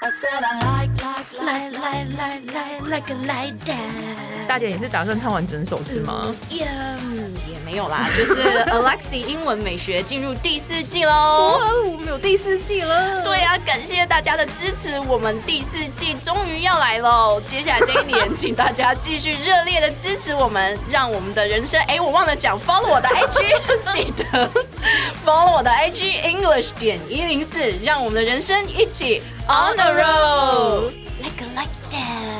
I said I like, like, like, 来来来来个来的，大姐，你是打算唱完整首是吗？也没有啦，就是 Alexi 英文美学进入第四季喽。我们有第四季了。对啊，感谢大家的支持，我们第四季终于要来喽！接下来这一年，请大家继续热烈的支持我们，让我们的人生……哎，我忘了讲，follow 我的 IG，记 得 follow 我的 IG English 点一零四，让我们的人生一起 on the road。 like a like that。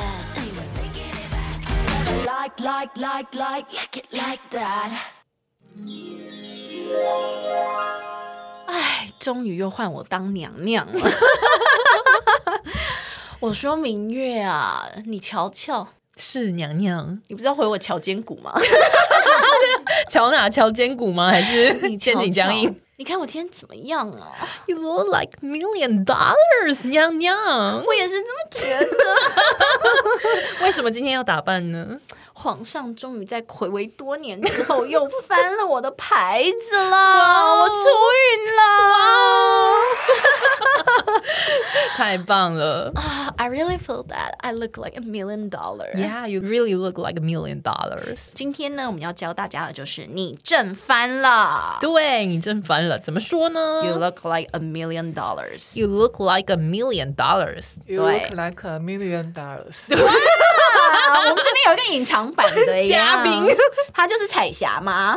I said I like, like, like, like, like it like that. 哎，终于又换我当娘娘了。我说明月啊，你瞧瞧，是娘 娘，你不是要回我瞧肩骨吗？瞧哪瞧肩骨吗？还是你瞧肩瞧颈僵硬？。你看我今天怎么样啊？ You look like million dollars，娘娘。我也是这么觉得。为什么今天要打扮呢？皇上终于在暌违多年之后，又翻了我的牌子 啊了，我出 运了。太棒了啊、i really feel that I look like a million dollar. ！Yeah，you really look like a million dollars。今天呢，我们要教大家的就是你正翻了。对你真烦了，怎么说呢 You look like a million dollars. You look like a million dollars。 You look look like a million dollars。啊，我们这边有一个隐藏版的 嘉宾，他就是彩霞嘛。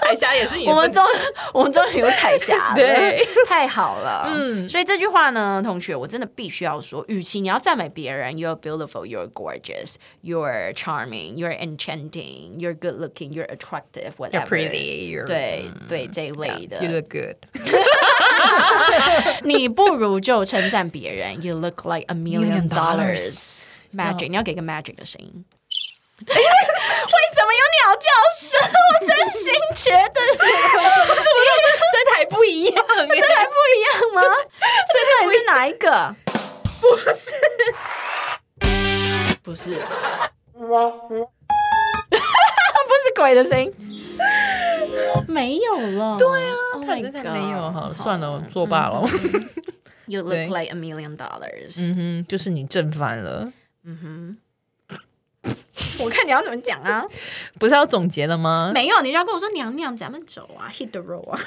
彩霞也是你我们终我们终于 有彩霞了， 对，太好了。嗯，嗯所以这句话呢，同学，我真的必须要说，与其你要赞美别人，You're beautiful, You're gorgeous, You're charming, You're enchanting, You're good looking, You're attractive, whatever. You're pretty, you're- 对对这一类的 You look good。 你不如就称赞别人，You look like a million Million dollars. dollars. Magic，你要给个 magic 的声音。 为什么有鸟叫声？我真心觉得 这台不一样耶，这还不一样吗？所以到底是哪一个？不是，不是， 不是鬼的声音，没有了。对啊太真的没有，Oh 哎好嗯算了，我作罢了。 You look 对 like a million dollars。嗯哼，就是你正翻了，我看你要怎么讲啊？不是要总结了吗？没有，你就要跟我说娘娘，咱们走啊，hit the road 啊，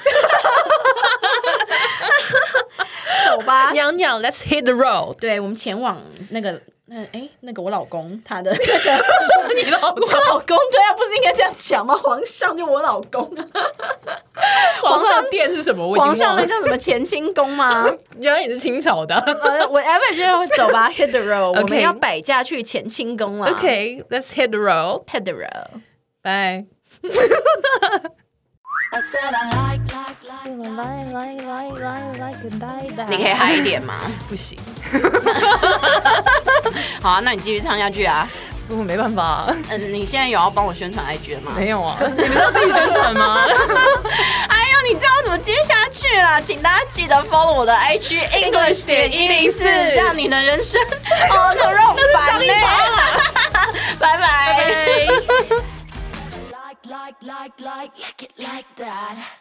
走吧。娘娘，Let's hit the road。对，我们前往那个那哎那个我老公他的那个你老公我老公对啊，不是应该这样讲吗？ 皇上就我老公啊，皇上殿是什么？我已 皇经忘上那了。叫什么乾清宫吗？原来你是清朝的。呃，whatever，就走 吧，hit the road，我们 OK 要摆驾去乾清宫啊了。 OK，Let's hit the road。 hit the road。拜。 I said I like, like, like, like. 来来来来来个来的。你可以嗨一点 吗？不行，好啊，那你继续唱下去啊。我没办法，啊 嗯，你现在有要帮我宣传 IG 了吗？没有啊。你们要自己宣传吗？哎呦，你知道我怎么接下去啦？请大家记得 follow 我的 IG English 点一零四，让你的人生 哦 on the road 版呢。 拜拜。 Like, like, like, like, like it like that.